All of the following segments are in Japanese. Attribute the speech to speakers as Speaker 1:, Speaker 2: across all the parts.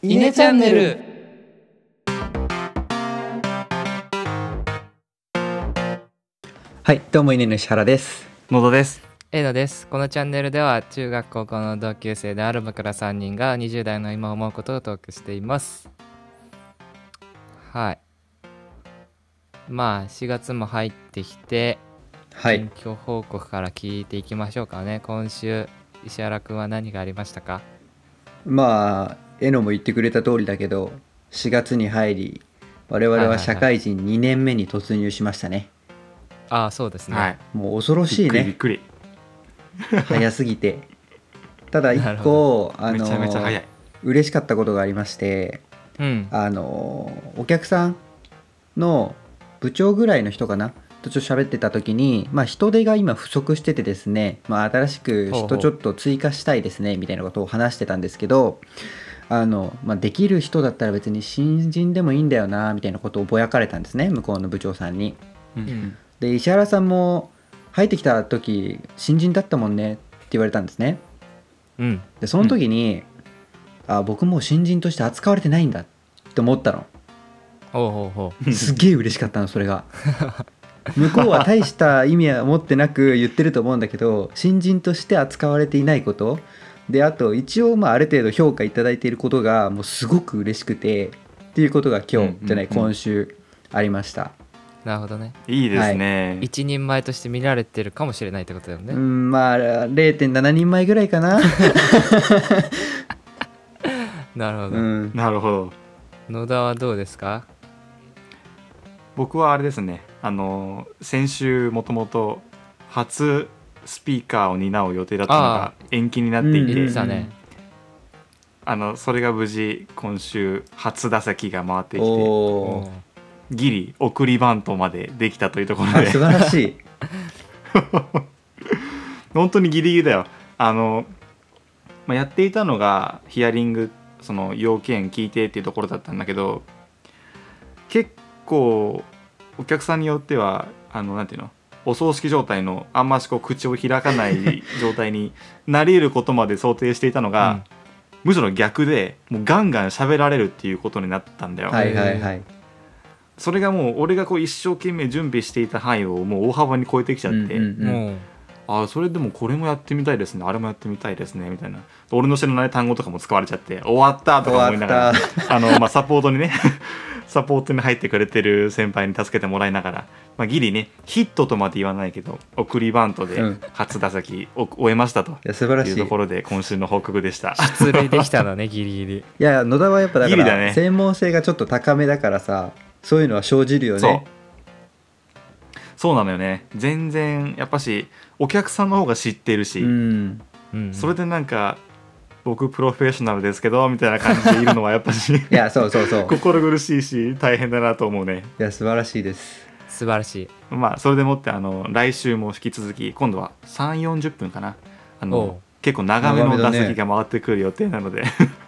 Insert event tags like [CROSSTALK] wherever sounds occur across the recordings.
Speaker 1: イネチャンネル
Speaker 2: はい、どうも、稲の石原です。
Speaker 3: のどです。
Speaker 1: エドですこのチャンネルでは中学高校の同級生である僕ら3人が20代の今思うことをトークしていますはいまあ4月も入ってきて、
Speaker 2: は
Speaker 1: 近。況報告から聞いていきましょうかね今週石原くんは何がありましたか
Speaker 2: まあ、えのも言ってくれた通りだけど、4月に入り、我々は社会人2年目に突入しましたね。
Speaker 1: ああそうですね、
Speaker 3: はい。
Speaker 2: もう恐ろしい
Speaker 3: びっ
Speaker 2: ね、
Speaker 3: くり。
Speaker 2: 早すぎて。ただ
Speaker 1: なる
Speaker 2: 一個
Speaker 1: ほ、
Speaker 2: あ
Speaker 3: め
Speaker 2: の
Speaker 3: ちゃめちゃ早い。
Speaker 2: 嬉しかったことがありまして、
Speaker 1: うん
Speaker 2: あのお客さんの部長ぐらいの人かなとちょっと喋ってた時に、まあ、人手が今不足しててですね、まあ、新しく
Speaker 1: ほうほ
Speaker 2: 人
Speaker 1: う
Speaker 2: ちょっと追加したいですねみたいなことを話してたんですけどあの、まあ、できる人だったら別に新人でもいいんだよなみたいなことをぼやかれたんですね向こうの部長さんに。
Speaker 3: うん
Speaker 2: で石原さんも入ってきた時新人だったもんねって言われたんですね。
Speaker 1: うん
Speaker 2: でその時に、あ僕もう新人として扱われてないんだって思ったの。
Speaker 1: ほうほうほう
Speaker 2: すっげえ嬉しかったのそれが [LAUGHS] 向こうは大した意味は持ってなく言ってると思うんだけど新人として扱われていないことであと一応まあある程度評価いただいていることがもうすごく嬉しくてっていうことが今日、
Speaker 3: うん
Speaker 2: じゃない
Speaker 3: うんうん
Speaker 2: 今週ありました、
Speaker 1: なるほどね
Speaker 3: いいですね。
Speaker 1: 一人前として見られてるかもしれないってことだよね、
Speaker 2: うんまあ0.7人前ぐらいかな、
Speaker 1: なるほど、
Speaker 2: うん、
Speaker 3: なるほど。
Speaker 1: 野田はどうですか
Speaker 3: 僕はあれですね。あの先週もともと初スピーカーを担う予定だったの
Speaker 1: あ
Speaker 3: が延期になってい
Speaker 2: うん
Speaker 1: 言
Speaker 3: て、
Speaker 1: ってたね、
Speaker 3: あのそれが無事今週初打席が回ってきて、
Speaker 2: お
Speaker 1: お
Speaker 2: ー
Speaker 1: ー
Speaker 3: ギリ送りバントまでできたというところ
Speaker 2: あ
Speaker 3: で
Speaker 2: 素晴、らしい
Speaker 3: [LAUGHS] 本当にギリギリだよ。あのまあ、やっていたのがヒアリングその要件聞いてっていうところだったんだけど結構お客さんによってはあのなんていうのお葬式状態のあんましこう口を開かない状態になり得ることまで想定していたのが、むしろ逆でもうガンガン喋られるっていうことになったんだよ、
Speaker 2: はいはいはい
Speaker 3: それがもう俺がこう一生懸命準備していた範囲をもう大幅に超えてきちゃって、
Speaker 2: うんうんうん
Speaker 1: もう
Speaker 3: あそれでもこれもやってみたいですねあれもやってみたいですねみたいな俺の知らない単語とかも使われちゃって終わったとか思いながら
Speaker 2: 終
Speaker 3: あの、まあ、サポートにね [LAUGHS] サポートに入ってくれてる先輩に助けてもらいながら、まあ、ギリねヒットとまで言わないけど送りバントで
Speaker 2: うん
Speaker 3: 初打席を終えましたと
Speaker 2: いや素晴らし
Speaker 3: いう
Speaker 2: い
Speaker 3: ところで今週の報告でした
Speaker 1: 出塁できたの
Speaker 2: [LAUGHS]
Speaker 1: ねギリギリ
Speaker 2: いやいや野田はやっぱだか
Speaker 3: ギリ
Speaker 2: ら
Speaker 3: だね
Speaker 2: 専門性がちょっと高めだからさそういうのは生じるよ
Speaker 3: そう
Speaker 2: ね
Speaker 3: そうなのよね全然やっぱしお客さんの方が知ってるし、
Speaker 2: うん
Speaker 1: うん
Speaker 3: それでなんか僕プロフェッショナルですけどみたいな感じでいるのはやっぱし
Speaker 2: [LAUGHS] いやそうそうそう
Speaker 3: [LAUGHS] 心苦しいし大変だなと思うね
Speaker 2: いや素晴らしいです
Speaker 1: 素晴らしい
Speaker 3: まあそれでもってあの来週も引き続き今度は3 4 0分かなあ
Speaker 1: おう
Speaker 3: の結構長め
Speaker 2: 長
Speaker 3: の
Speaker 2: めだ
Speaker 3: 打
Speaker 2: ね
Speaker 3: 席が回ってくる予定なので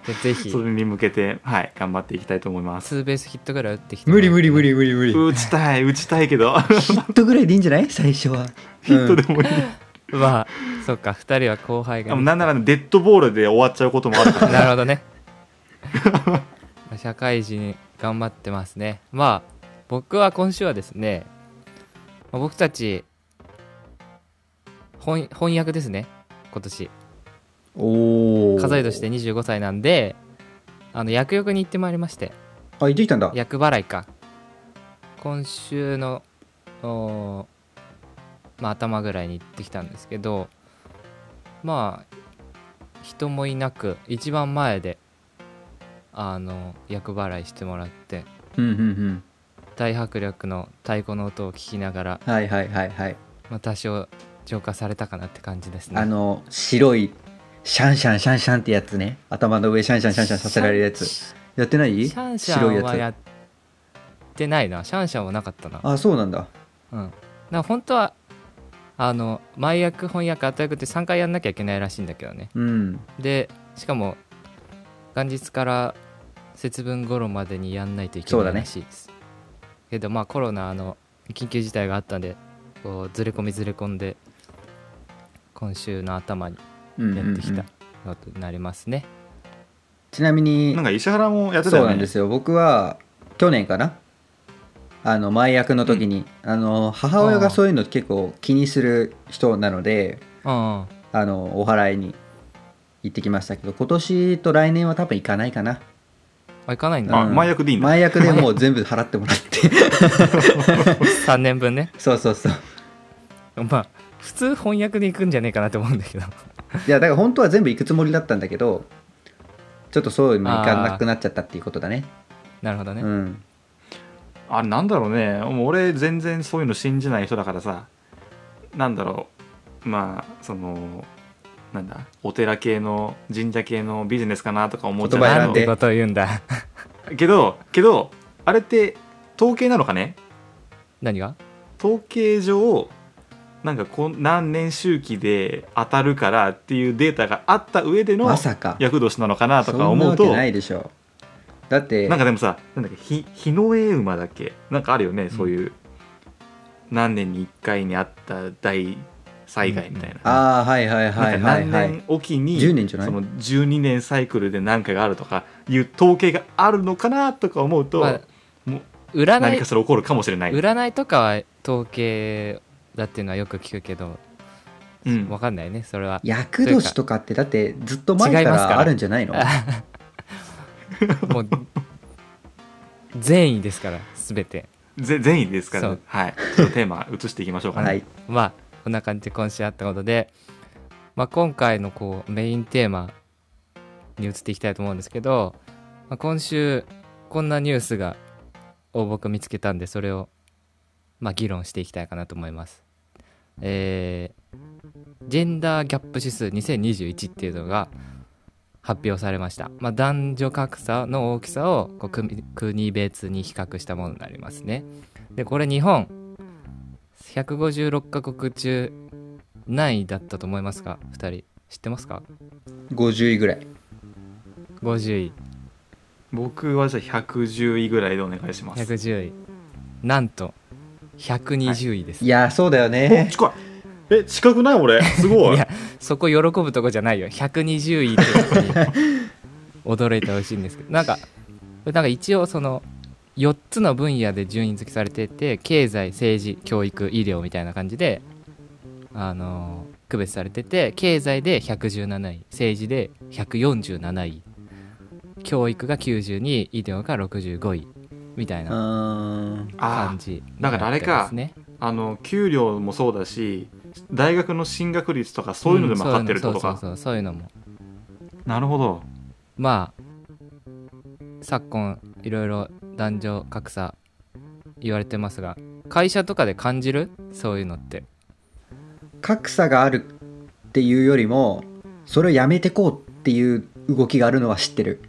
Speaker 1: でぜ
Speaker 3: [LAUGHS]
Speaker 1: ひ
Speaker 3: それに向けてはい頑張っていきたいと思います
Speaker 1: ツーベースヒットぐらい打ってきて
Speaker 2: 無理無理無理無理無理
Speaker 3: 打ちたい打ちたいけ
Speaker 2: [LAUGHS]
Speaker 3: ど
Speaker 2: ヒットぐらいでいいんじゃない最初は
Speaker 3: ヒットでもいい、
Speaker 1: まあそうか2人は後輩
Speaker 3: あ
Speaker 1: が
Speaker 3: の
Speaker 1: ね、
Speaker 3: なんならデッドボールで終わっちゃうこともあ
Speaker 2: [LAUGHS]
Speaker 3: るから
Speaker 1: [LAUGHS] なるほどね社会人頑張ってますねまあ僕は今週はですねまあ僕たち翻翻訳ですね今年
Speaker 2: おお
Speaker 1: 数えとして25歳なんであの薬浴に行ってまいりまして
Speaker 2: あ行ってきたんだ
Speaker 1: 厄払いか今週のおーまあ頭ぐらいに行ってきたんですけどまあ人もいなく一番前であの厄払いしてもらって
Speaker 2: うんうんうん
Speaker 1: 大迫力の太鼓の音を聞きながら、
Speaker 2: はいはいはいはい
Speaker 1: まあ、多少浄化されたかなって感じですね
Speaker 2: あの白いシャンシャンシャンシャンってやつね頭の上シャンシャンシャンシャンさせられるやつ
Speaker 1: シ
Speaker 2: やってない
Speaker 1: ャンシ
Speaker 2: 白い
Speaker 1: ャンはや
Speaker 2: やつ
Speaker 1: ってないなシャンシャンはなかったな
Speaker 2: あそうなんだ
Speaker 1: うん、なんか本当はあの前役翻訳後役って3回やんなきゃいけないらしいんだけどね
Speaker 2: うん
Speaker 1: でしかも元日から節分頃までにやんないといけ
Speaker 2: そう
Speaker 1: な
Speaker 2: だ
Speaker 1: い
Speaker 2: ね
Speaker 1: らしいです、けどまあコロナの緊急事態があったんでこうずれ込みずれ込んで今週の頭に
Speaker 2: うんうんうん
Speaker 1: やってきたことになりますね、
Speaker 2: ちなみに
Speaker 3: なんか石原もやってた
Speaker 2: そう
Speaker 3: よ
Speaker 2: なん
Speaker 3: ね
Speaker 2: ですよ僕は去年かなあの前役の時に、あの母
Speaker 1: あ
Speaker 2: 親
Speaker 1: あ
Speaker 2: がそういうの結構気にする人なので
Speaker 1: あ
Speaker 2: あのお祓いに行ってきましたけど今年と来年は多分行かないかな
Speaker 1: ああ行かないん
Speaker 3: あ
Speaker 1: だ
Speaker 2: うん
Speaker 3: 前役でいいんだ
Speaker 2: 前役でもう全部払ってもらって
Speaker 3: [LAUGHS]
Speaker 1: 3年分ね
Speaker 2: そうそうそう
Speaker 1: まあ普通翻訳で行くんじゃねえかなと思うんだけど [LAUGHS]
Speaker 2: いやだから本当は全部行くつもりだったんだけどちょっとそういうの行かなくなっちゃったっていうことだね
Speaker 1: なるほどね、
Speaker 2: うん
Speaker 3: あれなんだろうねもう俺全然そういうの信じない人だからさなんだろうまあそのなんだお寺系の神社系のビジネスかなとか思っち
Speaker 2: 言葉
Speaker 3: ゃ
Speaker 1: な
Speaker 2: 選
Speaker 1: ん
Speaker 2: んで
Speaker 1: てことを言うんだ [LAUGHS]
Speaker 3: うけどけどあれって統計なのかね
Speaker 1: 何が
Speaker 3: 統計上なんかこん何年周期で当たるからっていうデータがあった上での
Speaker 2: まさか
Speaker 3: 厄年なのかなと
Speaker 2: そん
Speaker 3: か
Speaker 2: な
Speaker 3: 思
Speaker 2: わ
Speaker 3: うと
Speaker 2: けないでしょだって
Speaker 3: なんかでもさなんだっけひ日の絵馬だっけなんかあるよね、そういう何年に1回にあった大災害みたいな,、
Speaker 2: ああはいはい
Speaker 3: なん
Speaker 2: は
Speaker 3: か
Speaker 2: いはい
Speaker 3: 何
Speaker 2: はい
Speaker 3: 年おきに、
Speaker 2: 10年じゃない
Speaker 3: その12年サイクルで何かがあるとかいう統計があるのかなとか思うと、
Speaker 1: まあ
Speaker 3: もう
Speaker 1: 占
Speaker 3: 何
Speaker 1: い
Speaker 3: かそれ起こるかもしれない、う
Speaker 1: 占いとかは統計だっていうのはよく聞くけど、
Speaker 3: ん、
Speaker 1: わかんないねそれは
Speaker 2: 厄年とかってだってずっと前
Speaker 1: 違い
Speaker 2: か
Speaker 1: ますから
Speaker 2: らあるんじゃないの
Speaker 1: もう善意ですから全て
Speaker 3: ぜ善意ですから、
Speaker 1: そ
Speaker 3: ね
Speaker 1: う、
Speaker 3: はいちょっとテーマ移していきましょうかね、
Speaker 2: はい
Speaker 1: まあこんな感じで今週あったことで、まあ、今回のこうメインテーマに移っていきたいと思うんですけど、まあ、今週こんなニュースがを僕見つけたんでそれをまあ議論していきたいかなと思います。えージェンダーギャップ指数2021っていうのが発表されました、まあ、男女格差の大きさをこう国国別に比較したものになりますね。でこれ日本156カ国中何位だったと思いますか2人知ってますか
Speaker 2: 50位ぐらい
Speaker 1: 50位
Speaker 3: 僕はじゃあ110位ぐらいでお願いします
Speaker 1: 110位なんと120位です、
Speaker 2: いやーそうだよ
Speaker 3: お
Speaker 2: ね
Speaker 3: 近いえ近くない俺すごい
Speaker 1: いやそこ喜ぶとこじゃないよ120位ってことに驚いてほしいんですけどなんかなんか一応その4つの分野で順位付けされてて経済政治教育医療みたいな感じであのー区別されてて経済で117位政治で147位教育が92位医療が65位みたいうな
Speaker 2: ーん
Speaker 3: あ
Speaker 1: 感じ
Speaker 3: あだからあれか
Speaker 1: になってますね
Speaker 3: ーあの給料もそうだし大学の進学率とかそういうのでも測ってるってこと
Speaker 1: うん
Speaker 3: か、
Speaker 1: そういうのそうそうそうそういうのも
Speaker 3: なるほど
Speaker 1: まあ昨今いろいろ男女格差言われてますが会社とかで感じるそういうのって
Speaker 2: 格差があるっていうよりもそれをやめてこうっていう動きがあるのは知ってる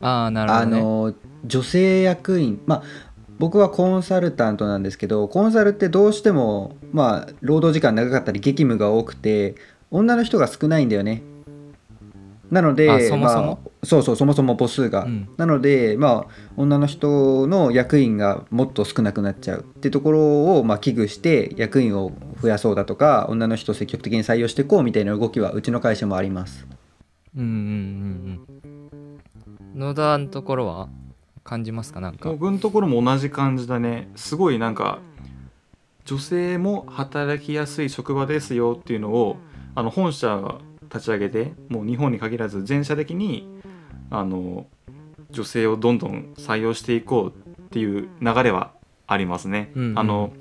Speaker 1: ああなるほ
Speaker 2: あ
Speaker 1: どね
Speaker 2: の女性役員まあ僕はコンサルタントなんですけどコンサルってどうしてもまあ労働時間長かったり激務が多くて女の人が少ないんだよねなので
Speaker 1: あそもそも
Speaker 2: まあ、そうそうそもそも母数が、
Speaker 1: うん
Speaker 2: なのでまあ女の人の役員がもっと少なくなっちゃうってところをまあ危惧して役員を増やそうだとか女の人を積極的に採用していこうみたいな動きはうちの会社もあります
Speaker 1: うんうんうんうん野田のところは感じますかなんか
Speaker 3: 僕のところも同じ感じだねすごいなんか女性も働きやすい職場ですよっていうのをあの本社が立ち上げてもう日本に限らず全社的にあの女性をどんどん採用していこうっていう流れはありますね。
Speaker 1: うんうん
Speaker 3: あの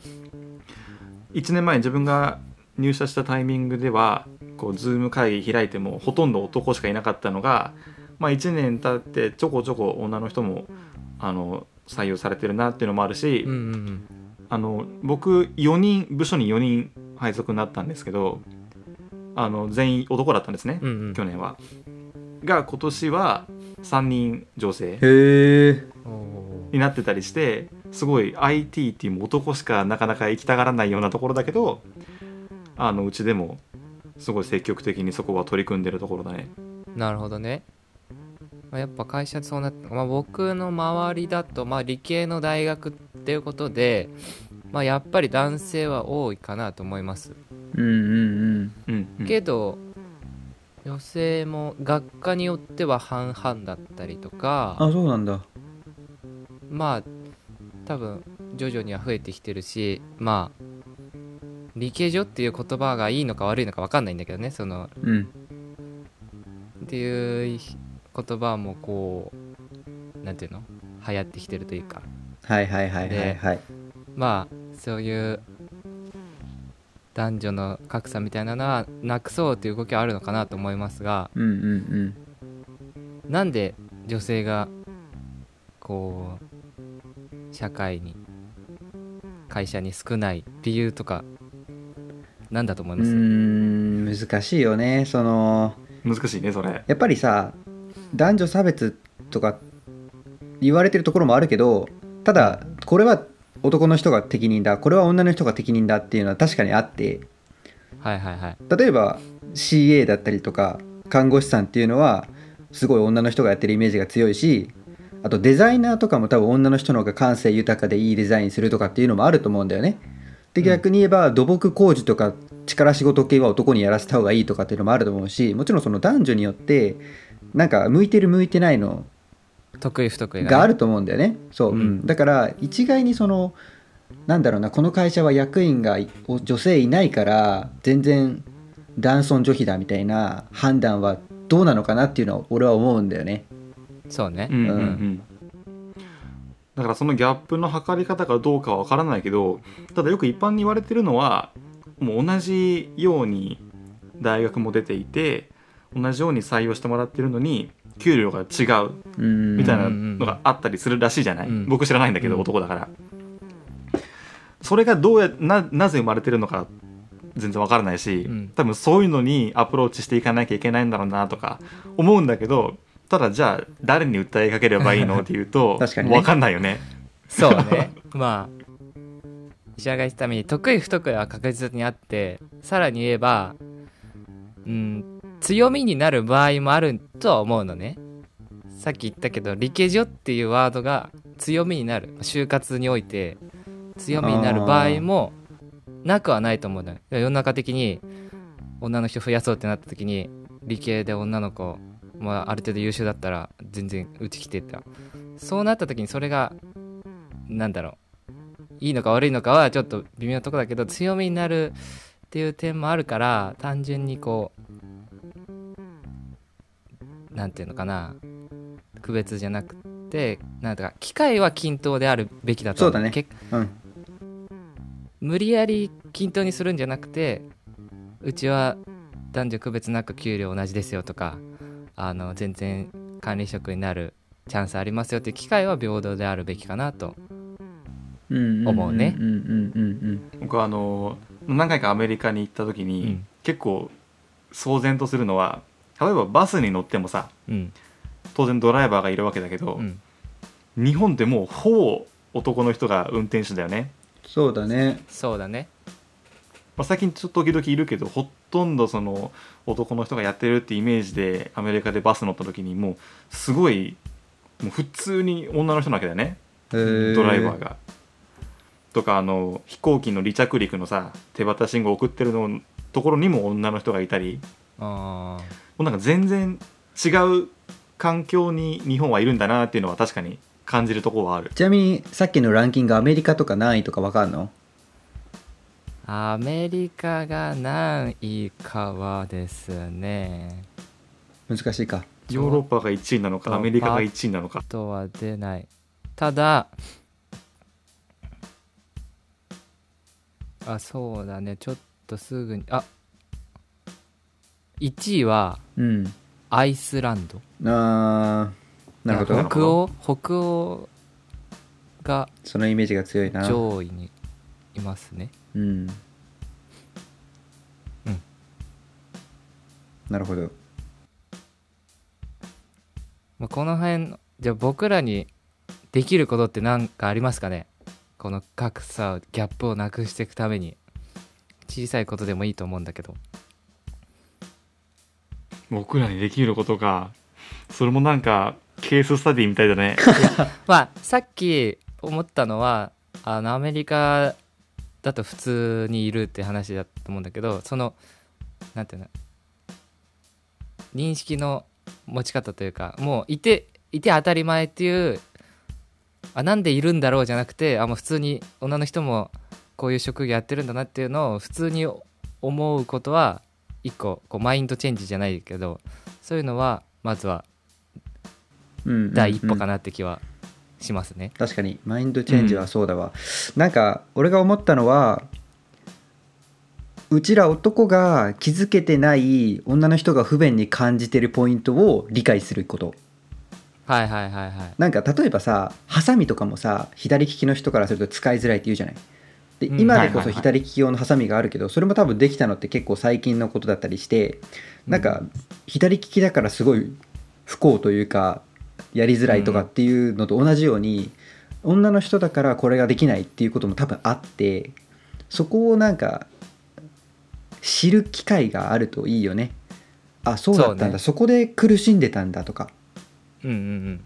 Speaker 3: 1年前自分が入社したタイミングではこう Zoom 会議開いてもほとんど男しかいなかったのが、まあ、1年経ってちょこちょこ女の人もあの採用されてるなっていうのもあるし、
Speaker 1: うんうんうん
Speaker 3: あの僕4人部署に4人配属になったんですけどあの全員男だったんですね、
Speaker 1: うんうん
Speaker 3: 去年は。が今年は3人女性
Speaker 2: へえ
Speaker 1: おー
Speaker 3: になってたりしてすごい IT っていう男しかなかなか行きたがらないようなところだけどあのうちでもすごい積極的にそこは取り組んでるところだね。
Speaker 1: なるほどねまあやっぱ会社でそうなって、まあ、僕の周りだと、まあ、理系の大学っていうことで、まあ、やっぱり男性は多いかなと思います
Speaker 2: うんうんうん
Speaker 3: うんうん
Speaker 1: けど、女性も学科によっては半々だったりと
Speaker 2: あ
Speaker 1: か
Speaker 2: そうなんだ
Speaker 1: まあ多分徐々には増えてきてるしまあ理系女っていう言葉がいいのか悪いのか分かんないんだけどねその
Speaker 2: うん
Speaker 1: っていう言葉もこうなんていうの流行ってきてるというか
Speaker 2: はいはいはいはいはい、
Speaker 1: まあそういう男女の格差みたいなのはなくそうという動きはあるのかなと思いますが
Speaker 2: うんうんうん
Speaker 1: なんで女性がこう社会に会社に少ない理由とかなんだと思いう
Speaker 2: ー
Speaker 1: ます
Speaker 2: ん難しいよねその
Speaker 3: 難しいねそれ
Speaker 2: やっぱりさ男女差別とか言われてるところもあるけどただこれは男の人が適任だこれは女の人が適任だっていうのは確かにあって
Speaker 1: はいはいはい
Speaker 2: 例えば CA だったりとか看護師さんっていうのはすごい女の人がやってるイメージが強いしあとデザイナーとかも多分女の人の方が感性豊かでいいデザインするとかっていうのもあると思うんだよね。で
Speaker 1: うん
Speaker 2: 逆に言えば土木工事とか力仕事系は男にやらせた方がいいとかっていうのもあると思うしもちろんその男女によってなんか向いてる向いてないの
Speaker 1: 得意不得意が,、
Speaker 2: があると思うんだよね。そう、
Speaker 1: うん
Speaker 2: うんだから一概にそのなんだろうなこの会社は役員がいお女性いないから全然男尊女卑だみたいな判断はどうなのかなっていうのは俺は思うんだよね。
Speaker 1: そうね、
Speaker 3: うんうんうんだからそのギャップの測り方がどうかは分からないけどただよく一般に言われてるのはもう同じように大学も出ていて同じように採用してもらってるのに給料が違う
Speaker 2: うん
Speaker 3: みたいなのがあったりするらしいじゃない、
Speaker 1: うん
Speaker 3: 僕知らないんだけど、
Speaker 1: うん
Speaker 3: 男だからそれがどうやななぜ生まれてるのか全然わからないし、
Speaker 1: うん
Speaker 3: 多分そういうのにアプローチしていかなきゃいけないんだろうなとか思うんだけどただじゃあ誰に訴えかければいいのっていうと
Speaker 2: 確かにね
Speaker 3: わかんないよね
Speaker 1: そうね [LAUGHS] まあ医者が言ってたみに得意不得意は確実にあってさらに言えばうん強みになる場合もあるとは思うのねさっき言ったけど理系女っていうワードが強みになる就活において強みになる場合もなくはないと思うのよ世の中的に女の人増やそうってなった時に理系で女の子、まあ、ある程度優秀だったら全然うち来てたそうなった時にそれがなんだろういいのか悪いのかはちょっと微妙なとこだけど強みになるっていう点もあるから単純にこうなんていうのかな区別じゃなくてなんとか機会は均等であるべきだと思
Speaker 2: そうだね
Speaker 1: 結
Speaker 2: うん
Speaker 1: 無理やり均等にするんじゃなくてうちは男女区別なく給料同じですよとかあの全然管理職になるチャンスありますよっていう機会は平等であるべきかなと
Speaker 2: うんん
Speaker 1: 思うね
Speaker 2: うんうんうん
Speaker 3: 僕はあの何回かアメリカに行った時に、
Speaker 1: うん
Speaker 3: 結構騒然とするのは例えばバスに乗ってもさ
Speaker 1: うん
Speaker 3: 当然ドライバーがいるわけだけど、
Speaker 1: うん
Speaker 3: 日本でもうほぼ男の人が運転手だよね
Speaker 2: そうだね。
Speaker 1: そうだね
Speaker 3: まあ、最近ちょっと時々いるけどほとんどその男の人がやってるってイメージでアメリカでバス乗った時にもうすごいもう普通に女の人なわけだよね
Speaker 2: ド
Speaker 3: ドライバーが。とかあの飛行機の離着陸のさ手旗信号送ってるのところにも女の人がいたり
Speaker 1: あー
Speaker 3: もうなんか全然違う環境に日本はいるんだなっていうのは確かに感じるところはある。
Speaker 2: ちなみにさっきのランキングアメリカとか何位とかわかんの
Speaker 1: アメリカが何位かはですね
Speaker 2: 難しいか。
Speaker 3: ヨーロッパが1位なのかアメリカが1位なのか。
Speaker 1: とは出ないただあそうだねちょっとすぐにあ1位は
Speaker 2: うん。
Speaker 1: アイスランド
Speaker 2: あーなるほ
Speaker 3: なるほ
Speaker 2: ど
Speaker 3: ど
Speaker 1: 北欧北欧が
Speaker 2: そのイメージが強いな。
Speaker 1: 上位にいますね
Speaker 2: うん。
Speaker 1: うん
Speaker 2: なるほど。
Speaker 1: まあこの辺じゃあ僕らにできることって何かありますかねこの格差をギャップをなくしていくために小さいことでもいいと思うんだけど
Speaker 3: 僕らにできることかそれもなんかケーススタディみたいだ [LAUGHS] ね
Speaker 1: まあさっき思ったのはあのアメリカだと普通にいるって話だと思うんだけどそのなんていうの認識の持ち方というかもういていて当たり前っていうあなんでいるんだろうじゃなくてあもう普通に女の人もこういう職業やってるんだなっていうのを普通に思うことは一個こうマインドチェンジじゃないけどそういうのはまずは
Speaker 2: うん
Speaker 1: 第一歩か
Speaker 2: な
Speaker 1: なって気はしますね。
Speaker 2: 確かにマインドチェンジはそうだわ、なんか俺が思ったのはうちら男が気づけてない女の人が不便に感じてるポイントを理解すること
Speaker 1: はいはいはいはい。
Speaker 2: なんか例えばさハサミとかもさ左利きの人からすると使いづらいって言うじゃないで
Speaker 1: うん
Speaker 2: 今でこ
Speaker 3: はいはいは
Speaker 2: そ
Speaker 3: い
Speaker 2: 左利き用のハサミがあるけどそれも多分できたのって結構最近のことだったりしてなんか左利きだからすごい不幸というかやりづらいとかっていうのと同じように女の人だからこれができないっていうことも多分あってそこをなんか知る機会があるといいよねあそうだったんだ
Speaker 1: そうね
Speaker 2: そこで苦しんでたんだとか
Speaker 1: うんうんうん。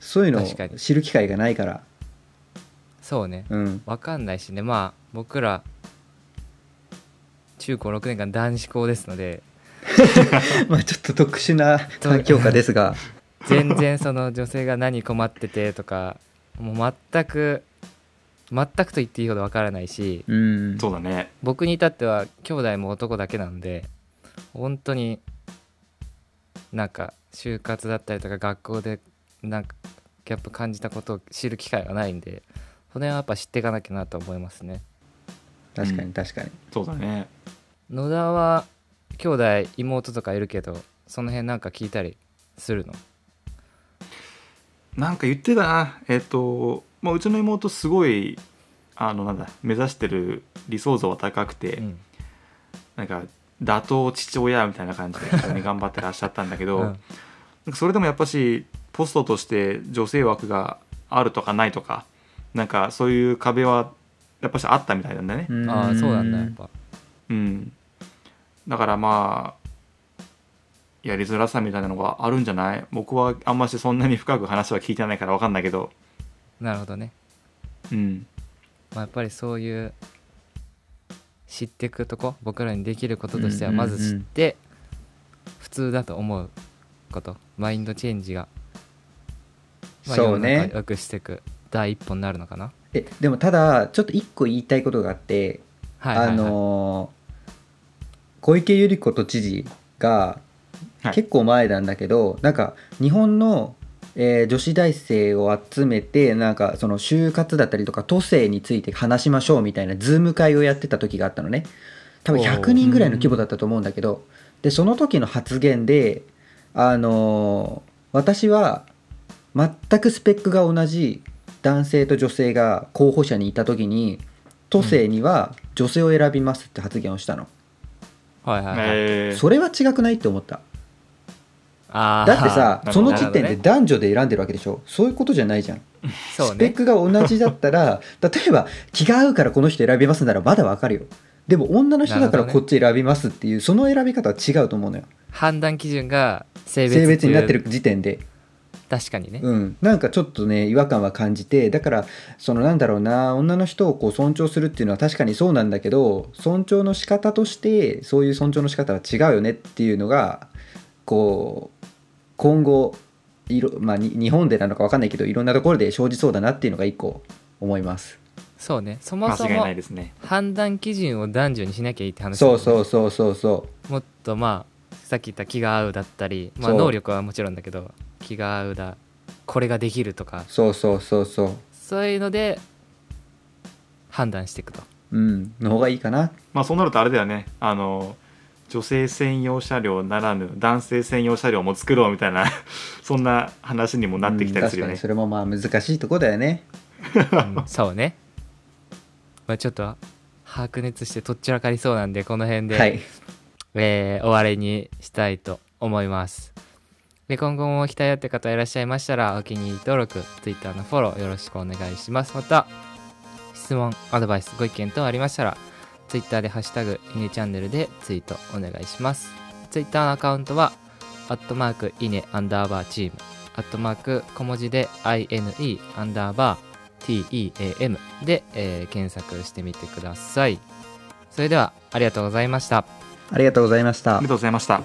Speaker 2: そういうの
Speaker 1: 確か
Speaker 2: を
Speaker 1: に
Speaker 2: 知る機会がないから
Speaker 1: そうね。 [LAUGHS]
Speaker 2: うん
Speaker 1: わかんないしね。まあ僕ら中高6年間男子校ですの [LAUGHS] で
Speaker 2: まあちょっと特殊な環境下です
Speaker 1: [LAUGHS]
Speaker 2: が
Speaker 1: 全然その女性が何困っててとかもう全く全くと言っていいほどわからないし
Speaker 2: うん
Speaker 3: そうだね
Speaker 1: 僕に至っては兄弟も男だけなんで本当になんか就活だったりとか学校でなんかギャップ感じたことを知る機会がないんでその辺はやっぱ知っていかなきゃなと思いますね。
Speaker 2: 確かに確かに、
Speaker 3: そうだね
Speaker 1: 野田は兄弟妹とかいるけどその辺なんか聞いたりするの
Speaker 3: なんか言ってたなえっ、と、まあ、うちの妹すごいあのなんだ目指してる理想像は高くて、
Speaker 1: うん
Speaker 3: なんか打倒父親みたいな感じで非常に頑張ってらっしゃったんだけ [LAUGHS] ど、
Speaker 1: う
Speaker 3: なん
Speaker 1: ん
Speaker 3: かそれでもやっぱしポストとして女性枠があるとかないとかなんかそういう壁はやっぱしあったみたいなんだね、
Speaker 2: うん
Speaker 1: ああそうなんだやっぱ
Speaker 3: うん、だからまあやりづらさみたいなのがあるんじゃない僕はあんましそんなに深く話は聞いてないから分かんないけど、
Speaker 1: なるほどね、
Speaker 3: うん、
Speaker 1: まあ、やっぱりそういう知っていくとこ僕らにできることとしては
Speaker 2: うん
Speaker 1: ま
Speaker 2: うんうん
Speaker 1: ず知って普通だと思うことマインドチェンジが、まあ、
Speaker 2: そうね
Speaker 1: 世の中良くしていく第一歩になるのかな
Speaker 2: えでもただちょっと一個言いたいことがあって、
Speaker 1: はいはい、はい、
Speaker 2: あのー小池百合子都知事が
Speaker 3: はい
Speaker 2: 結構前なんだけど、なんか日本の、えー女子大生を集めてなんかその就活だったりとか都政について話しましょうみたいなズーム会をやってた時があったのね多分
Speaker 1: おー
Speaker 2: 100人ぐらいの規模だったと思うんだけどでその時の発言であのー私は全くスペックが同じ男性と女性が候補者にいた時に都政には女性を選びますって発言をしたの、
Speaker 1: はいはいはい、
Speaker 3: えー
Speaker 2: それは違くないって思った
Speaker 1: あー
Speaker 2: だってさ
Speaker 3: なる
Speaker 2: そ
Speaker 3: ほど
Speaker 2: の時点で男女で選んでるわけでしょそういうことじゃないじゃん、
Speaker 1: そう
Speaker 2: スペ
Speaker 1: ね
Speaker 2: ックが同じだっ
Speaker 1: [LAUGHS]
Speaker 2: たら例えば気が合うからこの人選びますならまだわかるよでも女の人だから
Speaker 1: なるほどね
Speaker 2: こっち選びますっていう、その選び方は違うと思うのよ
Speaker 1: 判断基準が性別
Speaker 2: 性別になって
Speaker 1: いう
Speaker 2: る時点で
Speaker 1: 確かにね、
Speaker 2: うん、なんかちょっとね違和感は感じてだからそのなんだろうな女の人をこう尊重するっていうのは確かにそうなんだけど尊重の仕方としてそういう尊重の仕方は違うよねっていうのがこう今後いろ、まあ、に日本でなのか分かんないけどいろんなところで生じそうだなっていうのが一個思います。
Speaker 1: そうねそもそ
Speaker 3: 間違い
Speaker 1: も
Speaker 3: ないですね
Speaker 1: 判断基準を男女にしなきゃいいって話だも
Speaker 2: そ
Speaker 1: ん
Speaker 2: う
Speaker 1: ね
Speaker 2: そうそうそうそ
Speaker 1: もっとまあさっき言った気が合うだったり、まあ、
Speaker 2: そう
Speaker 1: 能力はもちろんだけど気が合うだこれができるとか
Speaker 2: うそうそうそうそ
Speaker 1: そういうので判断していくと
Speaker 2: う、うん、の方がいいかな。
Speaker 3: まあそうなるとあれだよねあの女性専用車両ならぬ男性専用車両も作ろうみたいな [LAUGHS] そんな話にもなってきたりするよ
Speaker 2: うん確かに
Speaker 3: ね
Speaker 2: それもまあ難しいとこだよね。 [LAUGHS]
Speaker 1: うんそうね、まあ、ちょっと白熱してとっちらかりそうなんでこの辺で、
Speaker 2: はい、
Speaker 1: えー終わりにしたいと思いますで今後も期待よって方いらっしゃいましたらお気に入り登録 Twitter のフォローよろしくお願いしますまた質問アドバイスご意見等ありましたら Twitter で「ハッシュタグイネチャンネル」でツイートお願いします Twitter のアカウントはアットマークイネアンダーバーチームアットマーク小文字で INE アンダーバー TEAM で、えー検索してみてくださいそれではありがとうございました
Speaker 2: ありがとうございまし
Speaker 3: あ
Speaker 2: た
Speaker 3: りが。とうございました